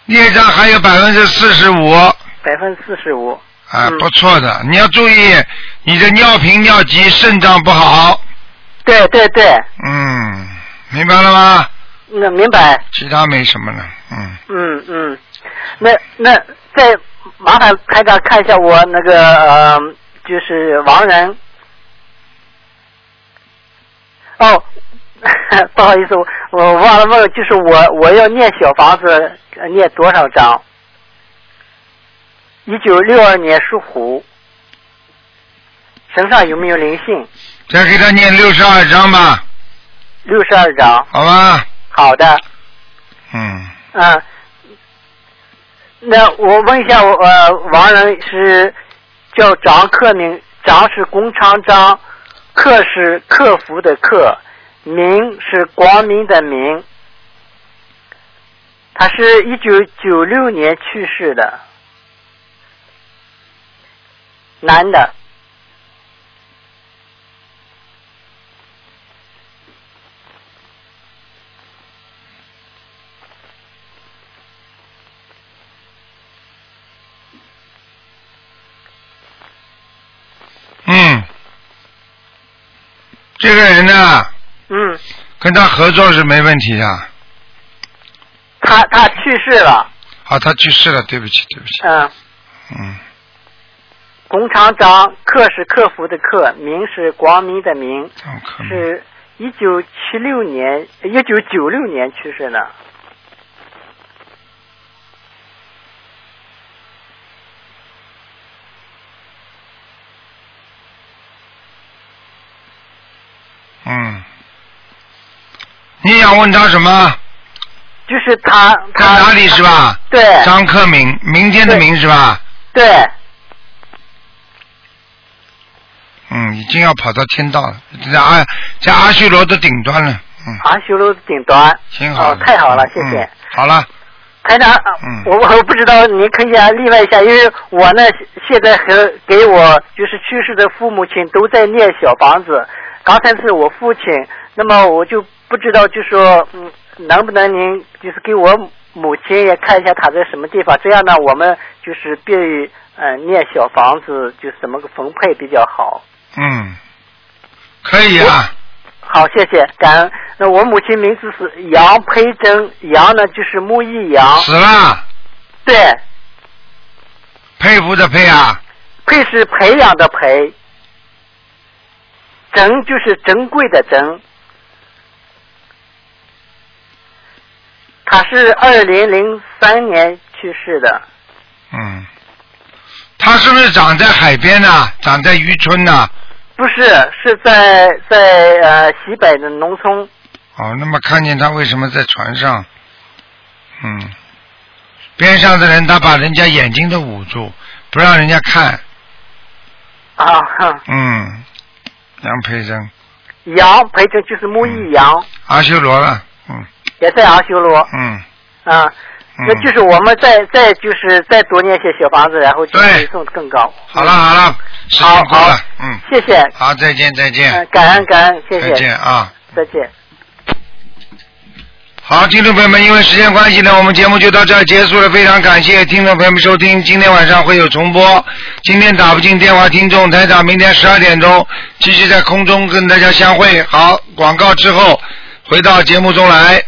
[SPEAKER 1] 业障还有百分之四十五，
[SPEAKER 10] 百分之四十五。
[SPEAKER 1] 啊，
[SPEAKER 10] 嗯
[SPEAKER 1] 不错的，你要注意你的尿频尿急，肾脏不好，
[SPEAKER 10] 对对对，
[SPEAKER 1] 嗯，明白了吗？
[SPEAKER 10] 那明白。
[SPEAKER 1] 其他没什么了，嗯，
[SPEAKER 10] 嗯，嗯，那那再麻烦台长看一下我那个呃，就是亡人。哦， 不好意思，我我忘了问了，就是我我要念小房子呃念多少章？一九六二年属虎，身上有没有灵性？
[SPEAKER 1] 再给他念六十二章吧，
[SPEAKER 10] 六十二章，
[SPEAKER 1] 好吧？
[SPEAKER 10] 好的。
[SPEAKER 1] 嗯，
[SPEAKER 10] 嗯，那我问一下，我呃，王人是叫张克明，张是工长张，克是客服的克，明是光明的明。他是一九九六年去世的，男的。
[SPEAKER 1] 嗯，这个人呢，
[SPEAKER 10] 嗯，
[SPEAKER 1] 跟他合作是没问题的。
[SPEAKER 10] 他他去世了。
[SPEAKER 1] 啊，他去世了，对不起，对不起。
[SPEAKER 10] 嗯，
[SPEAKER 1] 嗯，
[SPEAKER 10] 工长张，克是客服的克，明是光明的明。
[SPEAKER 1] 张哦克明
[SPEAKER 10] 是一九七六年，一九九六年去世的。
[SPEAKER 1] 嗯，你想问他什么？
[SPEAKER 10] 就是他，
[SPEAKER 1] 在
[SPEAKER 10] 他
[SPEAKER 1] 哪里是？吧？
[SPEAKER 10] 对
[SPEAKER 1] 张克嗯明，明天的明是吧？
[SPEAKER 10] 对，
[SPEAKER 1] 嗯，已经要跑到天道了，在阿在阿修罗的顶端了，
[SPEAKER 10] 阿修罗顶端。
[SPEAKER 1] 挺好
[SPEAKER 10] 哦
[SPEAKER 1] 的。，
[SPEAKER 10] 太好了，谢谢。
[SPEAKER 1] 嗯，好了，
[SPEAKER 10] 台长，
[SPEAKER 1] 嗯
[SPEAKER 10] 我我不知道您可以啊，例外一下，因为我呢现在和给我就是去世的父母亲都在念小房子，刚才是我父亲，那么我就不知道就说嗯，能不能您就是给我母亲也看一下她在什么地方，这样呢我们就是便于嗯、呃念小房子就是怎么个分配比较好。
[SPEAKER 1] 嗯，可以啊，
[SPEAKER 10] 好，谢谢，感恩。那我母亲名字是杨培珍，杨呢就是木易杨，
[SPEAKER 1] 死了，
[SPEAKER 10] 对，
[SPEAKER 1] 佩服的佩啊，
[SPEAKER 10] 培是培养的培，珍就是珍贵的珍。他是二零零三年去世的，
[SPEAKER 1] 嗯，他是不是长在海边呐、长在渔村呐、
[SPEAKER 10] 不是是在在呃西北的农村。
[SPEAKER 1] 哦，那么看见他为什么在船上？嗯，边上的人他把人家眼睛都捂住，不让人家看。
[SPEAKER 10] 啊，哼
[SPEAKER 1] 嗯，杨培生，
[SPEAKER 10] 羊培珍就是木易羊，
[SPEAKER 1] 阿修罗了。嗯
[SPEAKER 10] 也在阿修罗
[SPEAKER 1] 嗯
[SPEAKER 10] 啊。
[SPEAKER 1] 嗯，
[SPEAKER 10] 那就是我们再再就是再多念些小房子，然后就
[SPEAKER 1] 对
[SPEAKER 10] 会送更高。
[SPEAKER 1] 好了好了，时间
[SPEAKER 10] 好
[SPEAKER 1] 过
[SPEAKER 10] 好
[SPEAKER 1] 了。嗯，
[SPEAKER 10] 谢谢，
[SPEAKER 1] 好，再见再见。
[SPEAKER 10] 嗯，感恩感恩，谢谢，
[SPEAKER 1] 再见啊！
[SPEAKER 10] 再见。
[SPEAKER 1] 好，听众朋友们，因为时间关系呢，我们节目就到这儿结束了。非常感谢听众朋友们收听，今天晚上会有重播。今天打不进电话，听众台长明天十二点钟继续在空中跟大家相会。好，广告之后回到节目中来。